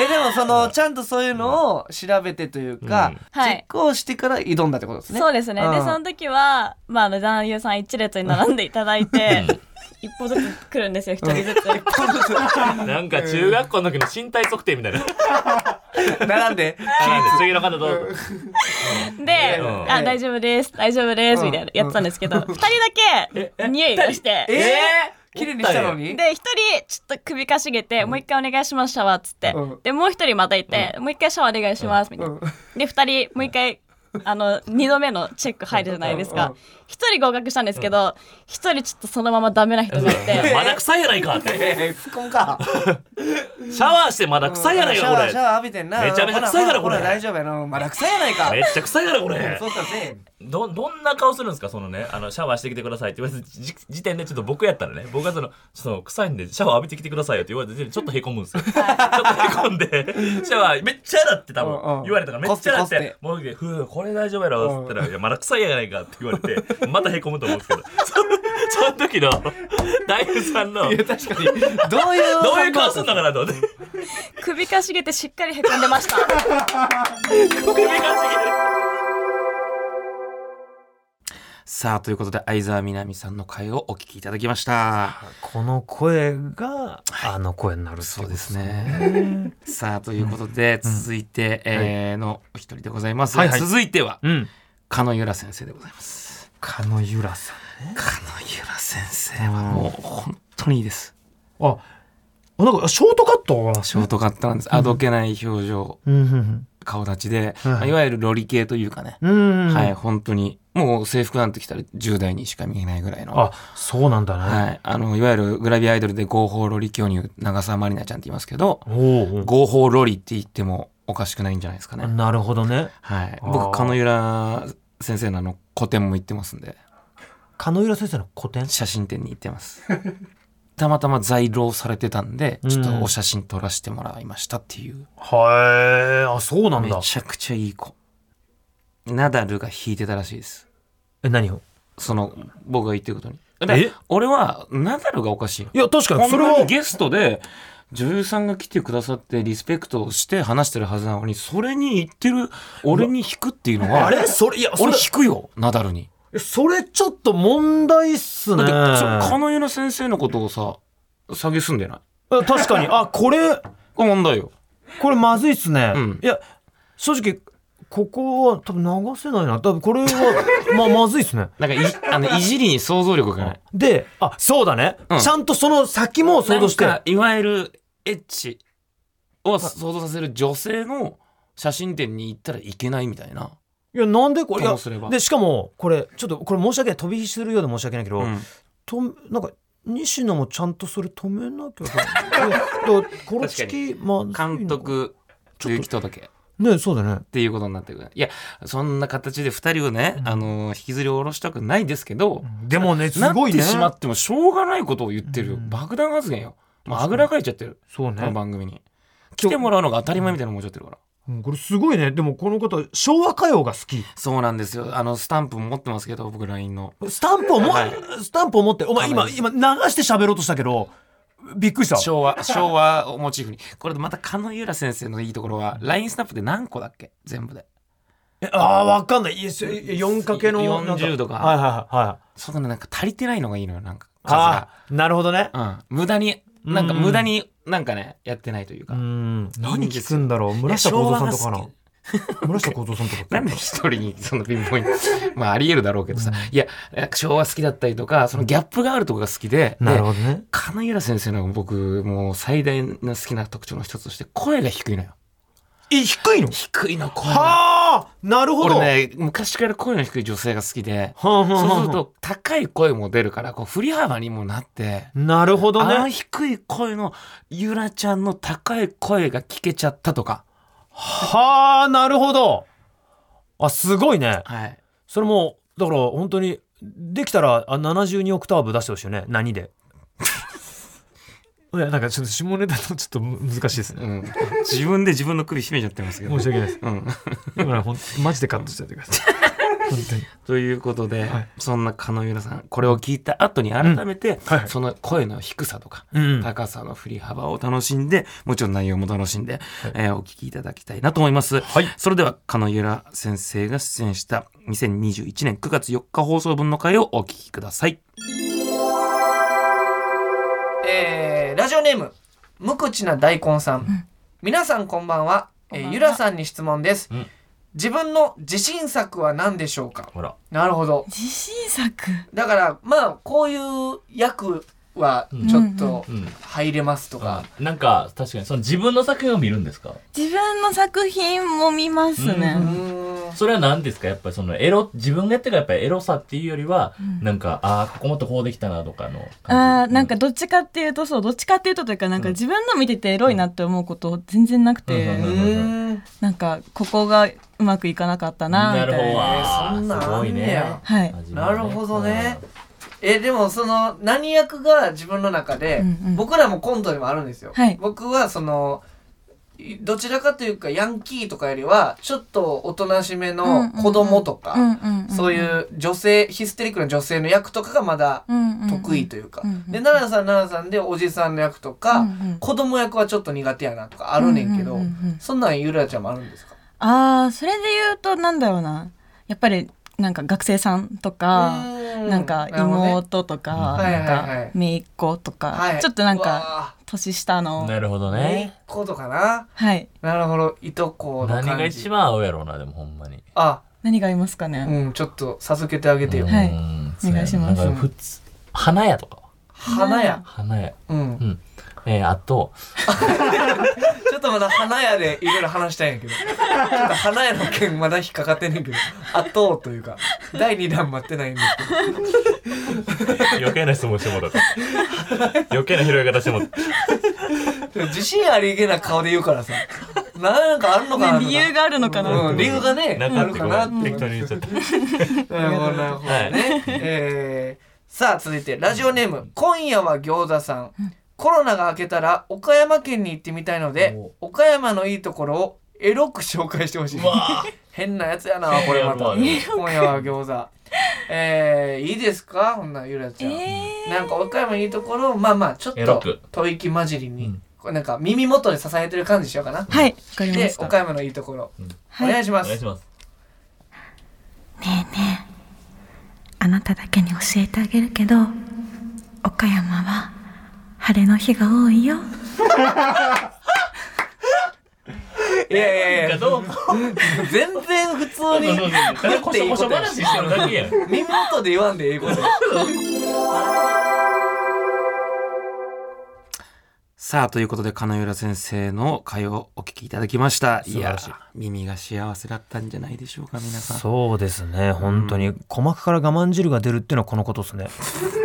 [SPEAKER 4] えでもそのちゃんとそういうのを調べてというか、
[SPEAKER 6] うん
[SPEAKER 5] は
[SPEAKER 4] チ
[SPEAKER 5] い
[SPEAKER 4] ェックをしてから挑んだってことですね
[SPEAKER 5] そうですね、
[SPEAKER 4] う
[SPEAKER 5] で
[SPEAKER 4] ん
[SPEAKER 5] その時は、まあ、あの男優さん一列に並んでいただいて一歩ずつ来るんですよ一人ずつ、
[SPEAKER 6] なんか中学校の時の身体測定みたいな。
[SPEAKER 4] 並んで
[SPEAKER 6] 次の方どうぞ。
[SPEAKER 5] で、
[SPEAKER 6] うん
[SPEAKER 5] あ大丈夫です大丈夫です、
[SPEAKER 4] うん
[SPEAKER 5] みたいなやってたんですけど、二人だ
[SPEAKER 6] え <laughs> え
[SPEAKER 5] け匂いがして
[SPEAKER 4] え
[SPEAKER 5] で
[SPEAKER 4] ー、綺麗にしたのに
[SPEAKER 5] 一人ちょっと首かしげて、もう一回お願いしますシャワーっつって、
[SPEAKER 4] うん
[SPEAKER 5] でもう一人また行って、もう一回シャワーお願いしますみたいな、
[SPEAKER 4] うん
[SPEAKER 5] で二人もう一回あの二度目のチェック入るじゃないです
[SPEAKER 4] うん
[SPEAKER 5] か
[SPEAKER 4] うん
[SPEAKER 5] 一人合格したんですけど一人ちょっとそのままダメな人がいて
[SPEAKER 6] まだ臭いやないかって。
[SPEAKER 4] えー、吹っ込むか
[SPEAKER 6] シャワーしてまだ臭いやない
[SPEAKER 4] シャ
[SPEAKER 6] か、こ
[SPEAKER 4] ワーシャ
[SPEAKER 6] れ。
[SPEAKER 4] ワー浴びてんな
[SPEAKER 6] めちゃめちゃ臭いから
[SPEAKER 4] ほら
[SPEAKER 6] これ
[SPEAKER 4] ほら大丈夫やなまだ臭いやないか
[SPEAKER 6] めっちゃ臭いやろ、これ
[SPEAKER 4] そ。うかせ
[SPEAKER 6] ど、どんな顔するんですか、そのね、あの、シャワーしてきてくださいって言われた時時点で、ちょっと僕やったらね、僕がその、その、臭いんで、シャワー浴びてきてくださいよって言われた時点で、ちょっとへこむんですよ。ちょっとへこんで、シャワー、めっちゃ嫌だって多
[SPEAKER 4] うんうん
[SPEAKER 6] 分、言われたから、めっちゃ嫌だっ
[SPEAKER 4] こすって
[SPEAKER 6] て、もう、ふう、これ大丈夫やろ、って言ったら、いや、まだ臭いやないかって言われて、またへこむと思うんですけど、その、その時の、大夫さんの、
[SPEAKER 4] いや
[SPEAKER 6] ど
[SPEAKER 4] 確かにどういう
[SPEAKER 6] ういう顔するのかなと思って。
[SPEAKER 5] 首かしげてしっかりへこんでました。
[SPEAKER 6] 首がちぎる。
[SPEAKER 2] さあということで相沢みなみさんの回をお聞きいただきました。
[SPEAKER 3] この声があの声になるって
[SPEAKER 2] そ
[SPEAKER 3] こ
[SPEAKER 2] う
[SPEAKER 3] と
[SPEAKER 2] ですね。さあということで続いて、えーのお一人でございます。
[SPEAKER 3] はいはい
[SPEAKER 2] 続いては
[SPEAKER 3] うん
[SPEAKER 2] 加野由良先生でございます。
[SPEAKER 3] 加野由良さ
[SPEAKER 2] 加野由良先生はもう本当にいいです。
[SPEAKER 3] んあなんかショートカットは
[SPEAKER 2] ショートカットなんです。あどけない表情、
[SPEAKER 3] うんうん
[SPEAKER 2] 顔立ちで、
[SPEAKER 3] うん
[SPEAKER 2] まあいわゆるロリ系というかね。
[SPEAKER 3] うんうん
[SPEAKER 2] はい、本当に。もう制服なんて着たら10代にしか見えないぐらいの。
[SPEAKER 3] あそうなんだね、
[SPEAKER 2] はい。あの、いわゆるグラビアアイドルで合法ロリ巨乳、長澤まりなちゃんって言いますけど、
[SPEAKER 3] おうお
[SPEAKER 2] 合法ロリって言ってもおかしくないんじゃないですか
[SPEAKER 3] う
[SPEAKER 2] ね。
[SPEAKER 3] なるほどね
[SPEAKER 2] はい。
[SPEAKER 3] あー
[SPEAKER 2] 僕、金浦先生のあの、個展も行ってますんで、
[SPEAKER 3] 加野由良先生の古典
[SPEAKER 2] 写真展に行って
[SPEAKER 3] <laughs>
[SPEAKER 2] ます。たまたま在廊されてたんで、ちょっとお写真撮らせてもらいましたっていう。
[SPEAKER 3] はいあそうなん
[SPEAKER 2] め
[SPEAKER 3] だ
[SPEAKER 2] ちゃくちゃいい子。ナダルが弾いてたらしいです。
[SPEAKER 3] え何を
[SPEAKER 2] その、僕が言ってることに。
[SPEAKER 3] え
[SPEAKER 2] 俺は、ナダルがおかしいの
[SPEAKER 3] いや確かに
[SPEAKER 2] こ
[SPEAKER 3] そ
[SPEAKER 2] ん
[SPEAKER 3] れ
[SPEAKER 2] な
[SPEAKER 3] は
[SPEAKER 2] にゲストで女優さんが来てくださってリスペクトをして話してるはずなのにそれに言ってる俺に引くっていうのは
[SPEAKER 3] あれそれいやそ
[SPEAKER 2] 俺
[SPEAKER 3] れ
[SPEAKER 2] 引くよナダルに。
[SPEAKER 3] それちょっと問題っすね
[SPEAKER 2] だって金井の先生のことをさ下げすんでない
[SPEAKER 3] あ確かにあこれ
[SPEAKER 2] これ問題よ。
[SPEAKER 3] これまずいっすね、
[SPEAKER 2] うん
[SPEAKER 3] いや正直ここは多分流せないな多分これは <laughs> まあまずいっすね
[SPEAKER 2] なんかいあのいじりに想像力がない。
[SPEAKER 3] であそうだね、
[SPEAKER 2] うん
[SPEAKER 3] ちゃんとその先も想像して
[SPEAKER 2] なんかいわゆるエッチを想像させる女性の写真展に行ったらいけないみたいな。
[SPEAKER 3] いやなんでこれい
[SPEAKER 2] と
[SPEAKER 3] や
[SPEAKER 2] もすれば
[SPEAKER 3] でしかもこれちょっとこれ申し訳ない飛び火するようで申し訳ないけど、
[SPEAKER 2] うん
[SPEAKER 3] となんか西野もちゃんとそれ止めなきゃい
[SPEAKER 2] <laughs>
[SPEAKER 3] けないいやだからコロチキまずいのか
[SPEAKER 2] 監督結城届け。
[SPEAKER 3] ねそうだね
[SPEAKER 2] っていうことになってくるいやそんな形で2人をね、あの引きずり下ろしたくないですけど、
[SPEAKER 3] でもねすごいね
[SPEAKER 2] なってしまってもしょうがないことを言ってる、
[SPEAKER 3] うん
[SPEAKER 2] 爆弾発言よもうあぐらかいちゃってる、
[SPEAKER 3] そうね
[SPEAKER 2] この番組に来てもらうのが当たり前みたいな思っちゃってるから、
[SPEAKER 3] うんこれすごいねでもこの方昭和歌謡が好き
[SPEAKER 2] そうなんですよあのスタンプも持ってますけど僕 LINE の
[SPEAKER 3] スタンプをも、
[SPEAKER 2] はい
[SPEAKER 3] スタンプを持ってお前
[SPEAKER 2] は
[SPEAKER 3] 今
[SPEAKER 2] い
[SPEAKER 3] 今流して喋ろうとしたけどびっくりした
[SPEAKER 2] 昭和昭和をモチーフにこれでまた狩野由良先生のいいところは LINE スタンプで何個だっけ全部で
[SPEAKER 3] えああわかんないいやそ4かけのなん
[SPEAKER 2] 40とか
[SPEAKER 3] はいはいはいはい
[SPEAKER 2] そのなんか足りてないのがいいのよなんか数
[SPEAKER 3] あ
[SPEAKER 2] が、
[SPEAKER 3] ーなるほどね
[SPEAKER 2] うん、無駄になんか
[SPEAKER 3] うん
[SPEAKER 2] 無駄になんかねやってないという
[SPEAKER 3] う
[SPEAKER 2] か、
[SPEAKER 3] ん
[SPEAKER 2] いい
[SPEAKER 3] 何
[SPEAKER 2] んですよ
[SPEAKER 3] 聞くんだろう村下
[SPEAKER 2] いや
[SPEAKER 3] 幸三さん
[SPEAKER 2] 昭和が
[SPEAKER 3] とか
[SPEAKER 2] 好
[SPEAKER 3] な村下幸三さんとか
[SPEAKER 2] なんで一人にそのピンポイン <laughs> トまあありえるだろうけどさ、いやなんか昭和好きだったりとかそのギャップがあるとこが好きで
[SPEAKER 3] な
[SPEAKER 2] で
[SPEAKER 3] るほどね
[SPEAKER 2] 金浦先生の僕もう最大の好きな特徴の一つとして声が低いのよ
[SPEAKER 3] え低いの
[SPEAKER 2] 低いの声が
[SPEAKER 3] はあなるほど
[SPEAKER 2] 俺ね昔から声の低い女性が好きで
[SPEAKER 3] はあはあはあ
[SPEAKER 2] そうすると高い声も出るからこう振り幅にもなって
[SPEAKER 3] なるほど
[SPEAKER 2] あの
[SPEAKER 3] ね
[SPEAKER 2] 低い声のゆらちゃんの高い声が聞けちゃったとか
[SPEAKER 3] はあなるほどあすごいね
[SPEAKER 2] はい
[SPEAKER 3] それもだから本当にできたらあ72オクターブ出してほしいよね何で <laughs> いやなんかちょっと下ネタとちょっと難しいですね
[SPEAKER 2] うん、 <laughs> 自分で自分の首絞めちゃってますけど
[SPEAKER 3] 申し訳ないです
[SPEAKER 2] うん、
[SPEAKER 3] 今ほんマジでカットしててください本当に
[SPEAKER 2] ということで、
[SPEAKER 3] はい
[SPEAKER 2] そんな加納由良さんこれを聞いた後に改めて、
[SPEAKER 3] はいはい
[SPEAKER 2] その声の低さとか、
[SPEAKER 3] うん
[SPEAKER 2] 高さの振り幅を楽しんでもちろん内容も楽しんで、えーお聞きいただきたいなと思います、それでは加納由良先生が出演した2021年9月4日放送分の回をお聞きください
[SPEAKER 4] えーラジオネーム無口な大根さん、皆さんこんばんは、えー
[SPEAKER 5] こんばんは
[SPEAKER 4] ゆらさんに質問です、
[SPEAKER 6] うん
[SPEAKER 4] 自分の自信作は何でしょうか
[SPEAKER 6] ほら
[SPEAKER 4] なるほど
[SPEAKER 5] 自信作
[SPEAKER 4] だからまあこういう役はちょっと
[SPEAKER 6] うんうん
[SPEAKER 4] 入れますとか、
[SPEAKER 6] なんか確かにその自分の作品を見るんですか
[SPEAKER 5] 自分の作品も見ます
[SPEAKER 4] う
[SPEAKER 5] ね。
[SPEAKER 4] ーん
[SPEAKER 6] それは何ですかやっぱりそのエロ自分がやってるやっぱりエロさっていうよりは、なんかああここもっとこうできたなとかの
[SPEAKER 5] ああ
[SPEAKER 6] 感じ
[SPEAKER 5] なんかどっちかっていうとそうどっちかっていうとというかなんか自分の見ててエロいなって思うこと全然なくて、
[SPEAKER 6] うんうん
[SPEAKER 4] うーん
[SPEAKER 5] なんかここがうまくいかなかったなみ
[SPEAKER 6] なるほ
[SPEAKER 5] たい
[SPEAKER 6] ど
[SPEAKER 5] な。
[SPEAKER 6] わ
[SPEAKER 4] えーそんなん
[SPEAKER 6] ーすごい
[SPEAKER 4] あんね
[SPEAKER 6] ね
[SPEAKER 4] や
[SPEAKER 5] はい。
[SPEAKER 6] 味
[SPEAKER 4] な
[SPEAKER 6] わ
[SPEAKER 4] る
[SPEAKER 6] い
[SPEAKER 4] ほどねえでもその何役が自分の中で、
[SPEAKER 5] うんうん
[SPEAKER 4] 僕らもコントでもあるんですよ、
[SPEAKER 5] はい
[SPEAKER 4] 僕はそのいどちらかというかヤンキーとかよりはちょっとおとなしめの子供とか、
[SPEAKER 5] うんうんん
[SPEAKER 4] そういう女性ヒステリックな女性の役とかがまだ得意というか、
[SPEAKER 5] うんうんうん
[SPEAKER 4] で奈良さん奈良さんでおじさんの役とか、
[SPEAKER 5] うんうん
[SPEAKER 4] 子供役はちょっと苦手やなとかあるねんけど、
[SPEAKER 5] うんうんうんうん
[SPEAKER 4] そんなんゆらちゃんもあるんですか
[SPEAKER 5] ああそれで言うとなんだろうなやっぱりなんか学生さんとか
[SPEAKER 4] な
[SPEAKER 5] なんか
[SPEAKER 4] るほどね
[SPEAKER 5] 妹とか
[SPEAKER 4] はい
[SPEAKER 5] な
[SPEAKER 4] はい
[SPEAKER 5] ん
[SPEAKER 4] はい
[SPEAKER 5] か姪っ子と
[SPEAKER 4] は
[SPEAKER 5] か
[SPEAKER 4] い
[SPEAKER 5] ちょっとなん
[SPEAKER 4] う
[SPEAKER 5] か
[SPEAKER 4] わ
[SPEAKER 5] 年下の
[SPEAKER 6] なるほど
[SPEAKER 4] ー姪っ
[SPEAKER 6] ね
[SPEAKER 4] 子とかな
[SPEAKER 5] はい
[SPEAKER 4] なるほどいとこの感
[SPEAKER 6] 何
[SPEAKER 4] じ
[SPEAKER 6] が一番合うやろうなでもほんまに
[SPEAKER 4] あ
[SPEAKER 5] 何がいますかね
[SPEAKER 4] うんちょっと授けてあげてよ、
[SPEAKER 5] んはい
[SPEAKER 6] お
[SPEAKER 5] お願いします
[SPEAKER 6] 普通花屋とかは
[SPEAKER 4] 花屋
[SPEAKER 6] 花屋
[SPEAKER 4] うん
[SPEAKER 6] うんえーあと
[SPEAKER 4] ちょっとまだ花屋でいろいろ話したいんやけどちょっと花屋の件まだ引っかかってんねんけどあとうというか第2弾待ってないんですけど
[SPEAKER 6] 余計な質問してもらった <laughs> 余計な拾い方してもらった
[SPEAKER 4] でも自信ありげな顔で言うからさなんかあるのかなとか、
[SPEAKER 5] ね理由があるのかな
[SPEAKER 4] うん理由がね
[SPEAKER 6] な
[SPEAKER 4] あ
[SPEAKER 6] ん
[SPEAKER 4] る
[SPEAKER 6] か
[SPEAKER 4] かな
[SPEAKER 6] あ
[SPEAKER 4] っ
[SPEAKER 6] ってて適当に言っちゃった
[SPEAKER 4] なるほどなるほどね、えーさあ続いてラジオネーム今夜は餃子さん、コロナが明けたら岡山県に行ってみたいので岡山のいいところをエロく紹介してほしい <laughs> 変なやつやなこれまた
[SPEAKER 6] 変や
[SPEAKER 4] 今夜は餃子えー、いいですかこんなんゆらちゃん、
[SPEAKER 5] えー
[SPEAKER 4] なんか岡山のいいところをまあまあちょっ
[SPEAKER 6] エロ
[SPEAKER 4] と
[SPEAKER 6] く
[SPEAKER 4] 吐息混じりに、
[SPEAKER 6] うん
[SPEAKER 4] こうなんか耳元で支えてる感じしようかな、
[SPEAKER 5] はいわかりま
[SPEAKER 4] で
[SPEAKER 5] した
[SPEAKER 4] 岡山のいいところ、
[SPEAKER 6] ん
[SPEAKER 4] お願いしま
[SPEAKER 6] お
[SPEAKER 4] す
[SPEAKER 6] 願いします
[SPEAKER 7] あなただけに教えてあげるけど岡山は晴れの日が多いよ
[SPEAKER 4] いやいやいや
[SPEAKER 6] どう
[SPEAKER 4] 全然普通に言っていいことやし
[SPEAKER 6] してるだけやん
[SPEAKER 4] 耳元で言わんでええことや
[SPEAKER 2] さあということで金浦先生の会をお聞きいただきましたい
[SPEAKER 3] 素晴
[SPEAKER 2] や
[SPEAKER 3] らしい
[SPEAKER 2] 耳が幸せだったんじゃないでしょうか皆さん
[SPEAKER 3] そうですね本当に鼓膜から我慢汁が出るっていうのはこのことですね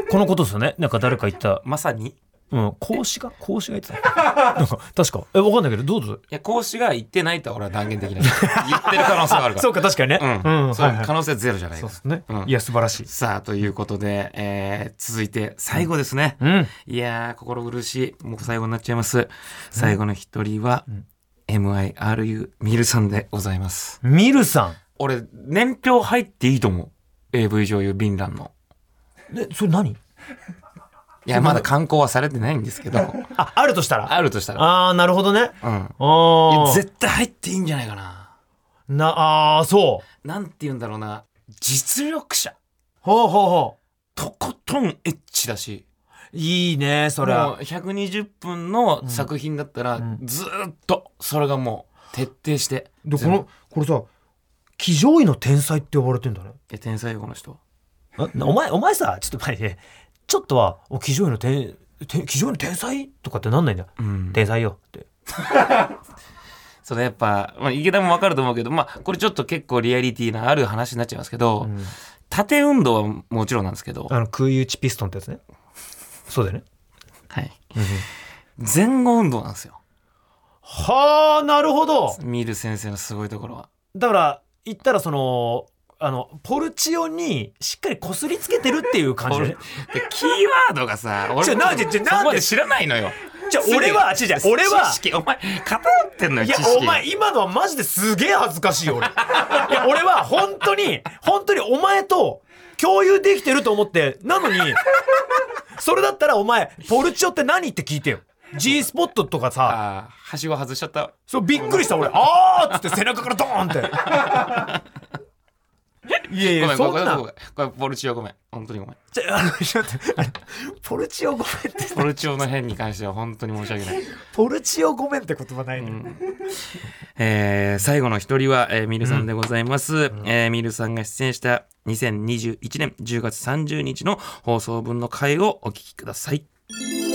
[SPEAKER 3] このことですよねなんか誰か言った、
[SPEAKER 2] まさにい
[SPEAKER 3] うん、講師が講師が言ってたなんか確かえわかんないけどどうぞ
[SPEAKER 2] や講師が言ってないとは俺は断言で
[SPEAKER 3] <laughs>
[SPEAKER 2] きない言ってる可能性があるから
[SPEAKER 3] そうか確かにね
[SPEAKER 2] うん
[SPEAKER 3] うん
[SPEAKER 2] そう
[SPEAKER 3] はいはい
[SPEAKER 2] 可能性ゼロじゃない
[SPEAKER 3] そ
[SPEAKER 2] か
[SPEAKER 3] う
[SPEAKER 2] ら
[SPEAKER 3] ですね、
[SPEAKER 2] うん
[SPEAKER 3] いや素晴らしい
[SPEAKER 2] さあということで、えー続いて最後ですね、
[SPEAKER 3] うん
[SPEAKER 2] いやー心苦しいもう最後になっちゃいます最後の一人は、
[SPEAKER 3] ん
[SPEAKER 2] MIRU ミルさんでございます。
[SPEAKER 3] ミルさ
[SPEAKER 2] 俺、年表入っていいと思う。AV 女優ビンランの。
[SPEAKER 3] ん。え、それ何
[SPEAKER 2] いや、まだ観光はされてないんですけ
[SPEAKER 3] <laughs>
[SPEAKER 2] ど、
[SPEAKER 3] あ、あるとしたら。
[SPEAKER 2] あるとしたら。
[SPEAKER 3] ああ、なるほどね。
[SPEAKER 2] うん。い
[SPEAKER 3] あ
[SPEAKER 2] や
[SPEAKER 3] あ。
[SPEAKER 2] 絶対入っていいんじゃないかな。
[SPEAKER 3] な、ああ、そう。
[SPEAKER 2] なんて言うんだろうな。実力者。
[SPEAKER 3] ほうほうほ
[SPEAKER 2] とことんエッチだし。
[SPEAKER 3] う。いいね、それ
[SPEAKER 2] もう
[SPEAKER 3] は。
[SPEAKER 2] 120分の作品だったら、
[SPEAKER 3] ん
[SPEAKER 2] ずーっとそれがもう徹底して
[SPEAKER 3] で、この、これさ、騎乗位の天才って呼ばれてんだね。
[SPEAKER 2] え天才よこの人
[SPEAKER 3] お前、お前さ、ちょっと前ね、ちょっとは、お騎乗位の天、て騎乗位の天才とかってなんないんだよ。
[SPEAKER 2] うん
[SPEAKER 3] 天才よって。
[SPEAKER 2] それやっぱ、まあ、池田もわかると思うけどまあこれちょっと結構リアリティのある話になっちゃいますけど、
[SPEAKER 3] うん
[SPEAKER 2] 縦運動はもちろんなんですけど、
[SPEAKER 3] あの、空打ちピストンってやつね。そうだよね。
[SPEAKER 2] はい、前後運動なんですよ
[SPEAKER 3] はあ、なるほど。
[SPEAKER 2] ミール先生のすごいところは
[SPEAKER 3] だから言ったらそのあのポルチオにしっかりこすりつけてるっていう感じで、ね、
[SPEAKER 2] でキーワードが
[SPEAKER 3] <laughs>
[SPEAKER 2] さ俺も
[SPEAKER 3] ちょなんでちょなんで
[SPEAKER 2] そこまで知らないのよ
[SPEAKER 3] じゃあ俺は違う違う俺は
[SPEAKER 2] 知識お前偏ってんのよ
[SPEAKER 3] いや
[SPEAKER 2] 知識
[SPEAKER 3] お前今のはマジですげえ恥ずかしいよ俺いや俺は本当に本当にお前と共有できてると思ってなのにそれだったらお前ポルチオって何って聞いてよ G スポットとかさ
[SPEAKER 2] ああはしご外しちゃった
[SPEAKER 3] そうびっくりした俺 <laughs> あーっつって背中からドーンって <laughs> いや
[SPEAKER 2] ご
[SPEAKER 3] い
[SPEAKER 2] め
[SPEAKER 3] や
[SPEAKER 2] ん
[SPEAKER 3] そ
[SPEAKER 2] ご
[SPEAKER 3] ん
[SPEAKER 2] めん
[SPEAKER 3] な
[SPEAKER 2] ごめんこれポルチオごめん本当にごめん
[SPEAKER 3] ちょあのちょっとあのポルチオごめん <laughs> って
[SPEAKER 2] ポルチオの変に関しては本当に申し訳ない。
[SPEAKER 3] ポルチオごめんって言葉ないね、
[SPEAKER 2] えー最後の一人は、えーミルさんでございます、えーミルさんが出演した2021年10月30日の放送分の回をお聞きください。
[SPEAKER 4] <laughs>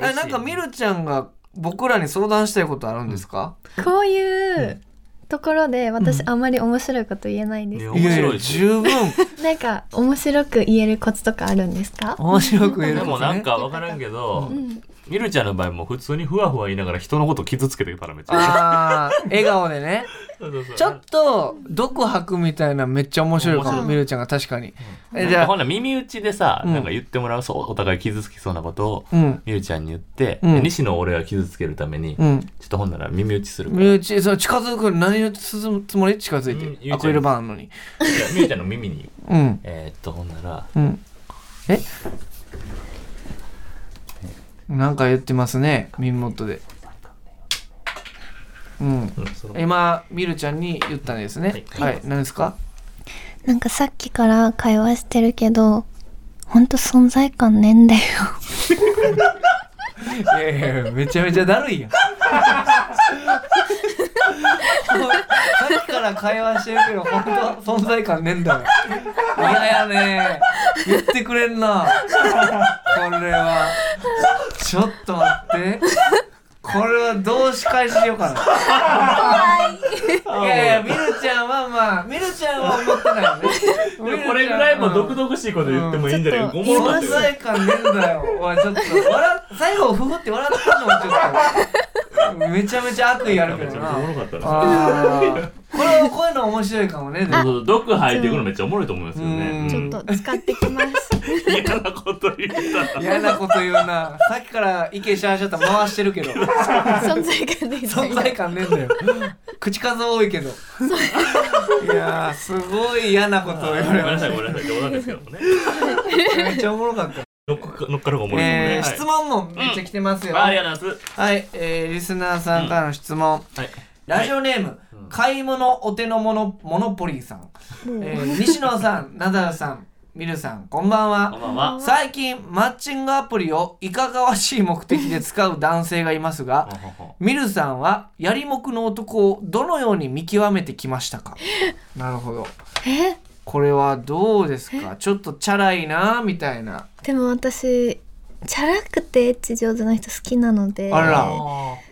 [SPEAKER 4] えなんかみるちゃんが僕らに相談したいことあるんですか、
[SPEAKER 8] こういうところで私あんまり面白いこと言えないんです、
[SPEAKER 6] 面白いし
[SPEAKER 4] 十分
[SPEAKER 8] なんか面白く言えるコツとかあるんですか
[SPEAKER 4] 面白く言える
[SPEAKER 6] で
[SPEAKER 4] とね
[SPEAKER 6] もなんか分からんけど、みるちゃんの場合も普通にふわふわ言いながら人のこと傷つけてたらめっちゃ
[SPEAKER 4] あー笑顔でね
[SPEAKER 6] そうそうそう
[SPEAKER 4] ちょっと毒吐くみたいなめっちゃ面白いか
[SPEAKER 6] 面
[SPEAKER 4] も
[SPEAKER 6] 白い
[SPEAKER 4] みるちゃんが確かに、えじ
[SPEAKER 6] なんか
[SPEAKER 4] ゃ
[SPEAKER 6] ほ
[SPEAKER 4] あ
[SPEAKER 6] んなら耳打ちでさ、
[SPEAKER 4] うん
[SPEAKER 6] なんか言ってもらうそうお互い傷つきそうなことを、
[SPEAKER 4] うん
[SPEAKER 6] みるちゃんに言って、
[SPEAKER 4] うん
[SPEAKER 6] で西野を俺は傷つけるために、
[SPEAKER 4] う
[SPEAKER 6] ちょ
[SPEAKER 4] ん
[SPEAKER 6] っとほんなら耳打ちするから
[SPEAKER 4] 身内その近づく何を進むつもり近づ
[SPEAKER 6] う
[SPEAKER 4] い
[SPEAKER 6] ん言うち
[SPEAKER 4] て、
[SPEAKER 6] ゃう
[SPEAKER 4] アクリル板あんのに
[SPEAKER 6] いやみるちゃんの耳に
[SPEAKER 4] うん
[SPEAKER 6] えーっとほんなら
[SPEAKER 4] うんえなんか言ってますね耳元でうん
[SPEAKER 6] うんその
[SPEAKER 4] 今みるちゃんに言ったんですね
[SPEAKER 6] は
[SPEAKER 4] はいい、何ですか <laughs>
[SPEAKER 8] なんかさっきから会話してるけどほんと存在感ねえんだよ
[SPEAKER 4] いやいやいやめちゃめちゃだるいやん <laughs> さっきから会話してるけど本当存在感ねえんだよ嫌やね言ってくれんなこれはちょっと待ってこれはどう仕返しようかないやいやみるちゃんはまあみるちゃんは思ってないよね
[SPEAKER 6] これぐらいも
[SPEAKER 4] 独
[SPEAKER 6] 毒々しいこと言ってもいいんじゃないか、
[SPEAKER 8] うん
[SPEAKER 6] ごもろだって
[SPEAKER 4] 存在感ねえんだよ。おい、ちょっと、笑っ、最後、ふふって笑ったのもちょっと。めちゃめちゃ悪意あるけ
[SPEAKER 6] めち
[SPEAKER 4] ど
[SPEAKER 6] ゃ
[SPEAKER 4] な
[SPEAKER 6] めちゃお。もろかった
[SPEAKER 4] あ
[SPEAKER 6] な
[SPEAKER 4] ーこれは、こういうの面白いかもね。でも
[SPEAKER 6] そう毒吐いていくのめっちゃおもろいと思いますよ
[SPEAKER 4] うん
[SPEAKER 6] ね
[SPEAKER 8] ちょっと使ってきます
[SPEAKER 4] <laughs>
[SPEAKER 6] 嫌なこと言った
[SPEAKER 4] 嫌なこと言うな。さっきから意見しゃんしゃった回してる <laughs> けど、
[SPEAKER 8] 存在感ねえんだよ
[SPEAKER 4] 存在感ねえんだよ。口数多いけど。 <laughs> いやー、すごい嫌なことを言
[SPEAKER 6] ご
[SPEAKER 4] わ
[SPEAKER 6] め
[SPEAKER 4] れ
[SPEAKER 6] んな
[SPEAKER 4] まし
[SPEAKER 6] さ
[SPEAKER 4] た
[SPEAKER 6] い。ごめんなさい冗談ですけどもね
[SPEAKER 4] めっちゃおもろかった。
[SPEAKER 6] 乗っか <laughs> 乗っかる方がおもろいもんね
[SPEAKER 4] えー、質問もめっちゃ来てますよ。
[SPEAKER 6] はいありがとうございます
[SPEAKER 4] はい、えー、リスナーさんからの質問。
[SPEAKER 6] はい
[SPEAKER 4] ラジオネーム、買い物お手のものモノポリーさん、えー西野さん、ナダルさん、ミルさん、こんばん
[SPEAKER 6] こ
[SPEAKER 4] は。
[SPEAKER 6] んばんは
[SPEAKER 4] 最近マッチングアプリをいかがわしい目的で使う男性がいますが、ミルさんはやりもくの男をどのように見極めてきましたか。なるほど。
[SPEAKER 8] え
[SPEAKER 4] これはどうですか。ちょっとチャラいなみたいな。
[SPEAKER 8] でも私チャラくてエッチ上手な人好きなので
[SPEAKER 4] あら、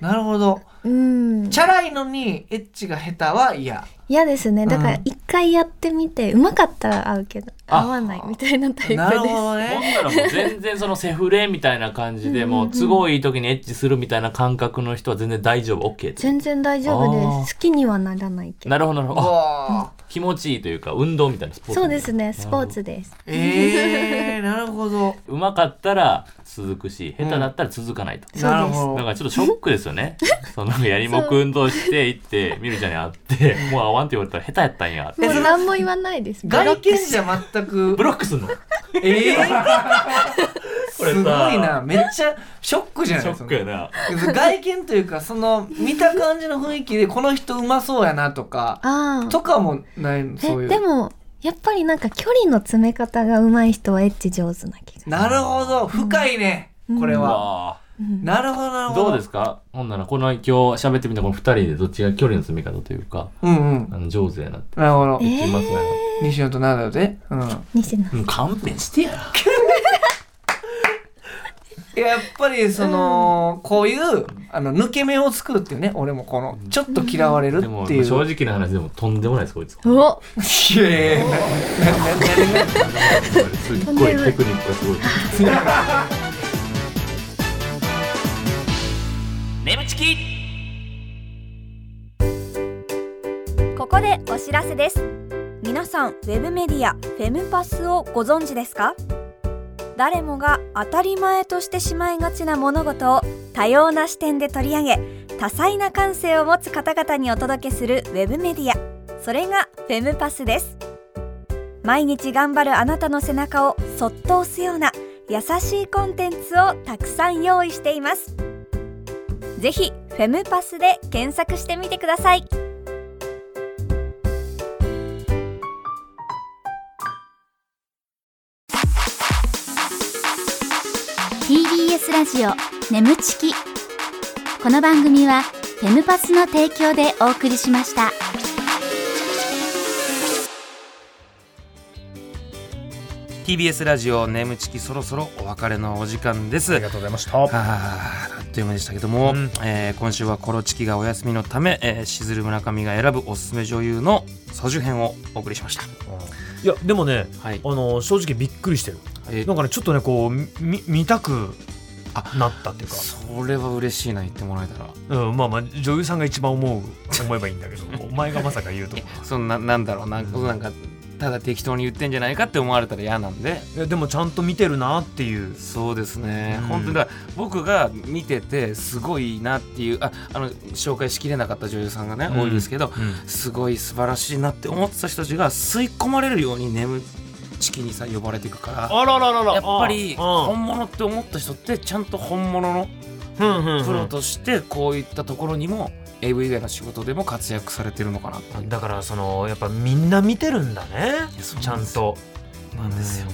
[SPEAKER 4] なるほど。
[SPEAKER 8] うん
[SPEAKER 4] チャラいのにエッチが下手は嫌。
[SPEAKER 8] 嫌ですねだか
[SPEAKER 3] う
[SPEAKER 8] ら
[SPEAKER 3] ん
[SPEAKER 8] 一回やってみてうまかったら合うけど
[SPEAKER 9] あ
[SPEAKER 8] 合わないみたいなタイプです
[SPEAKER 4] なるほど
[SPEAKER 9] ほん
[SPEAKER 4] ね。
[SPEAKER 9] ならもう全然そのセフレみたいな感じでもう都合いい時にエッチするみたいな感覚の人は全然大丈夫 OK って
[SPEAKER 8] 全然大丈夫
[SPEAKER 9] あ
[SPEAKER 8] です
[SPEAKER 9] ー
[SPEAKER 8] 好きにはならないけど
[SPEAKER 9] なるほどなるほどあ
[SPEAKER 4] わ
[SPEAKER 9] 気持ちいいというか運動みたいなスポーツ
[SPEAKER 8] そうですねスポーツです
[SPEAKER 4] ーえー、なるほど。
[SPEAKER 9] うまかったら続くし下手だったら続かないと、
[SPEAKER 4] なるほ
[SPEAKER 9] だ
[SPEAKER 4] ど。
[SPEAKER 9] からちょっとショックですよ <laughs> ねそのやりもく運動して行ってみるちゃんに会ってもう会わんって言われたら下手やったんや
[SPEAKER 8] もう何も言わないです
[SPEAKER 4] 外見じゃ全く
[SPEAKER 9] ブ。ロックすんの
[SPEAKER 4] えー、
[SPEAKER 9] これさ
[SPEAKER 4] すごいな。めっちゃショックじゃない
[SPEAKER 9] ショ
[SPEAKER 4] です
[SPEAKER 9] ッ
[SPEAKER 4] か
[SPEAKER 9] ク。やな
[SPEAKER 4] 外見というか、その、見た感じの雰囲気で、この人うまそうやなとか、
[SPEAKER 8] ああ
[SPEAKER 4] とかもないの、そうい
[SPEAKER 8] え
[SPEAKER 4] う。
[SPEAKER 8] でもやっぱりなんか距離の詰め方が上手い人はエッチ上手な気が
[SPEAKER 4] なるほど。深いね。
[SPEAKER 8] うん
[SPEAKER 4] これ
[SPEAKER 9] う
[SPEAKER 4] は。
[SPEAKER 9] わ
[SPEAKER 8] うん
[SPEAKER 4] なるほど、なる
[SPEAKER 9] ー
[SPEAKER 4] ほど。
[SPEAKER 9] どうですかほんならこの今日喋ってみたこの2人でどっちが距離の詰め方というか
[SPEAKER 4] うんうん。
[SPEAKER 9] あの上手やなって
[SPEAKER 4] なるほど
[SPEAKER 8] え。
[SPEAKER 9] 言いますね、
[SPEAKER 4] 西野とナダルで。うん。
[SPEAKER 8] 西野
[SPEAKER 9] もう勘弁してや
[SPEAKER 4] いややっぱりその、こういうあの抜け目を作るっていうね俺もこのちょっと嫌われる
[SPEAKER 9] でも
[SPEAKER 4] っていう。
[SPEAKER 9] 正直な話でもとんでもないですこいつ
[SPEAKER 8] お
[SPEAKER 4] <laughs> いやいやいやなななな
[SPEAKER 9] すっごいテクニックがすごい
[SPEAKER 6] 眠ちき
[SPEAKER 10] ここでお知らせです皆さんウェブメディアフェムパスをご存知ですか誰もが当たり前としてしまいがちな物事を多様な視点で取り上げ多彩な感性を持つ方々にお届けするウェブメディアそれがフェムパスです毎日頑張るあなたの背中をそっと押すような優しいコンテンツをたくさん用意していますぜひフェムパスで検索してみてください
[SPEAKER 1] TBS ラジオ眠ちきこの番組はフェムパスの提供でお送りしました
[SPEAKER 2] ー TBS ラジオ眠ちきそろそろお別れのお時間です
[SPEAKER 3] ありがとうございました。
[SPEAKER 2] あーあっという間でしたけども、
[SPEAKER 3] うん
[SPEAKER 2] えー今週はコロチキがお休みのため、えー、しずる村上が選ぶおすすめ女優の総集編をお送りしました。
[SPEAKER 3] いやでもね、
[SPEAKER 2] はい
[SPEAKER 3] あの正直びっくりしてる。
[SPEAKER 2] えー
[SPEAKER 3] なんかねちょっとねこうみ見たくなったっていうか、
[SPEAKER 2] それは嬉しいな言ってもらえたら
[SPEAKER 3] うん、まあまあ女優さんが一番思う思えばいいんだけど、 <laughs> お前がまさか言うとは。
[SPEAKER 2] そんななんだろうななんかただ適当に言ってんじゃないかって思われたら嫌なんで
[SPEAKER 3] いやでもちゃんと見てるなっていう。
[SPEAKER 2] そうですね、
[SPEAKER 3] うん
[SPEAKER 2] 本当にだから僕が見ててすごいなっていうああの紹介しきれなかった女優さんがね、
[SPEAKER 3] うん
[SPEAKER 2] 多いですけどすごい素晴らしいなって思ってた人たちが吸い込まれるように眠ちきにさ呼ばれていくから。
[SPEAKER 3] あらららら。
[SPEAKER 2] やっぱり
[SPEAKER 3] あ
[SPEAKER 2] 本物って思った人ってちゃんと本物の
[SPEAKER 3] うんうんうん
[SPEAKER 2] プロとしてこういったところにも AV 以外の仕事でも活躍されてるのかなっていう
[SPEAKER 3] だからそのやっぱみんな見てるんだね
[SPEAKER 2] いやそう
[SPEAKER 3] ちゃんと
[SPEAKER 2] なんですよ。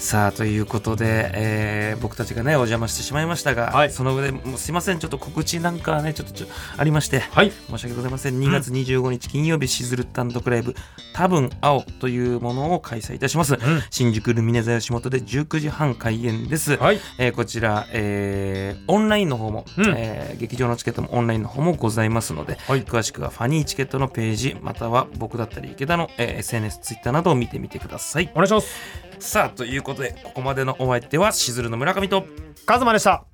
[SPEAKER 2] さあということで、えー僕たちがねお邪魔してしまいましたが、
[SPEAKER 3] はい
[SPEAKER 2] その上でもうすいませんちょっと告知なんかはねちょっとちょありまして、
[SPEAKER 3] はい
[SPEAKER 2] 申し訳ございません2月25日金曜日しずる単独ライブ「多分青」というものを開催いたします、
[SPEAKER 3] ん
[SPEAKER 2] 新宿ルミネ座吉本で19時半開演です、
[SPEAKER 3] はい
[SPEAKER 2] えーこちら、えーオンラインの方も、
[SPEAKER 3] うん
[SPEAKER 2] えー劇場のチケットもオンラインの方もございますので、
[SPEAKER 3] はい
[SPEAKER 2] 詳しくはファニーチケットのページまたは僕だったり池田の、えー SNS ツイッターなどを見てみてください
[SPEAKER 3] お願いします
[SPEAKER 2] さあということでここまでのお相手はしずるの村上と
[SPEAKER 3] カズマでした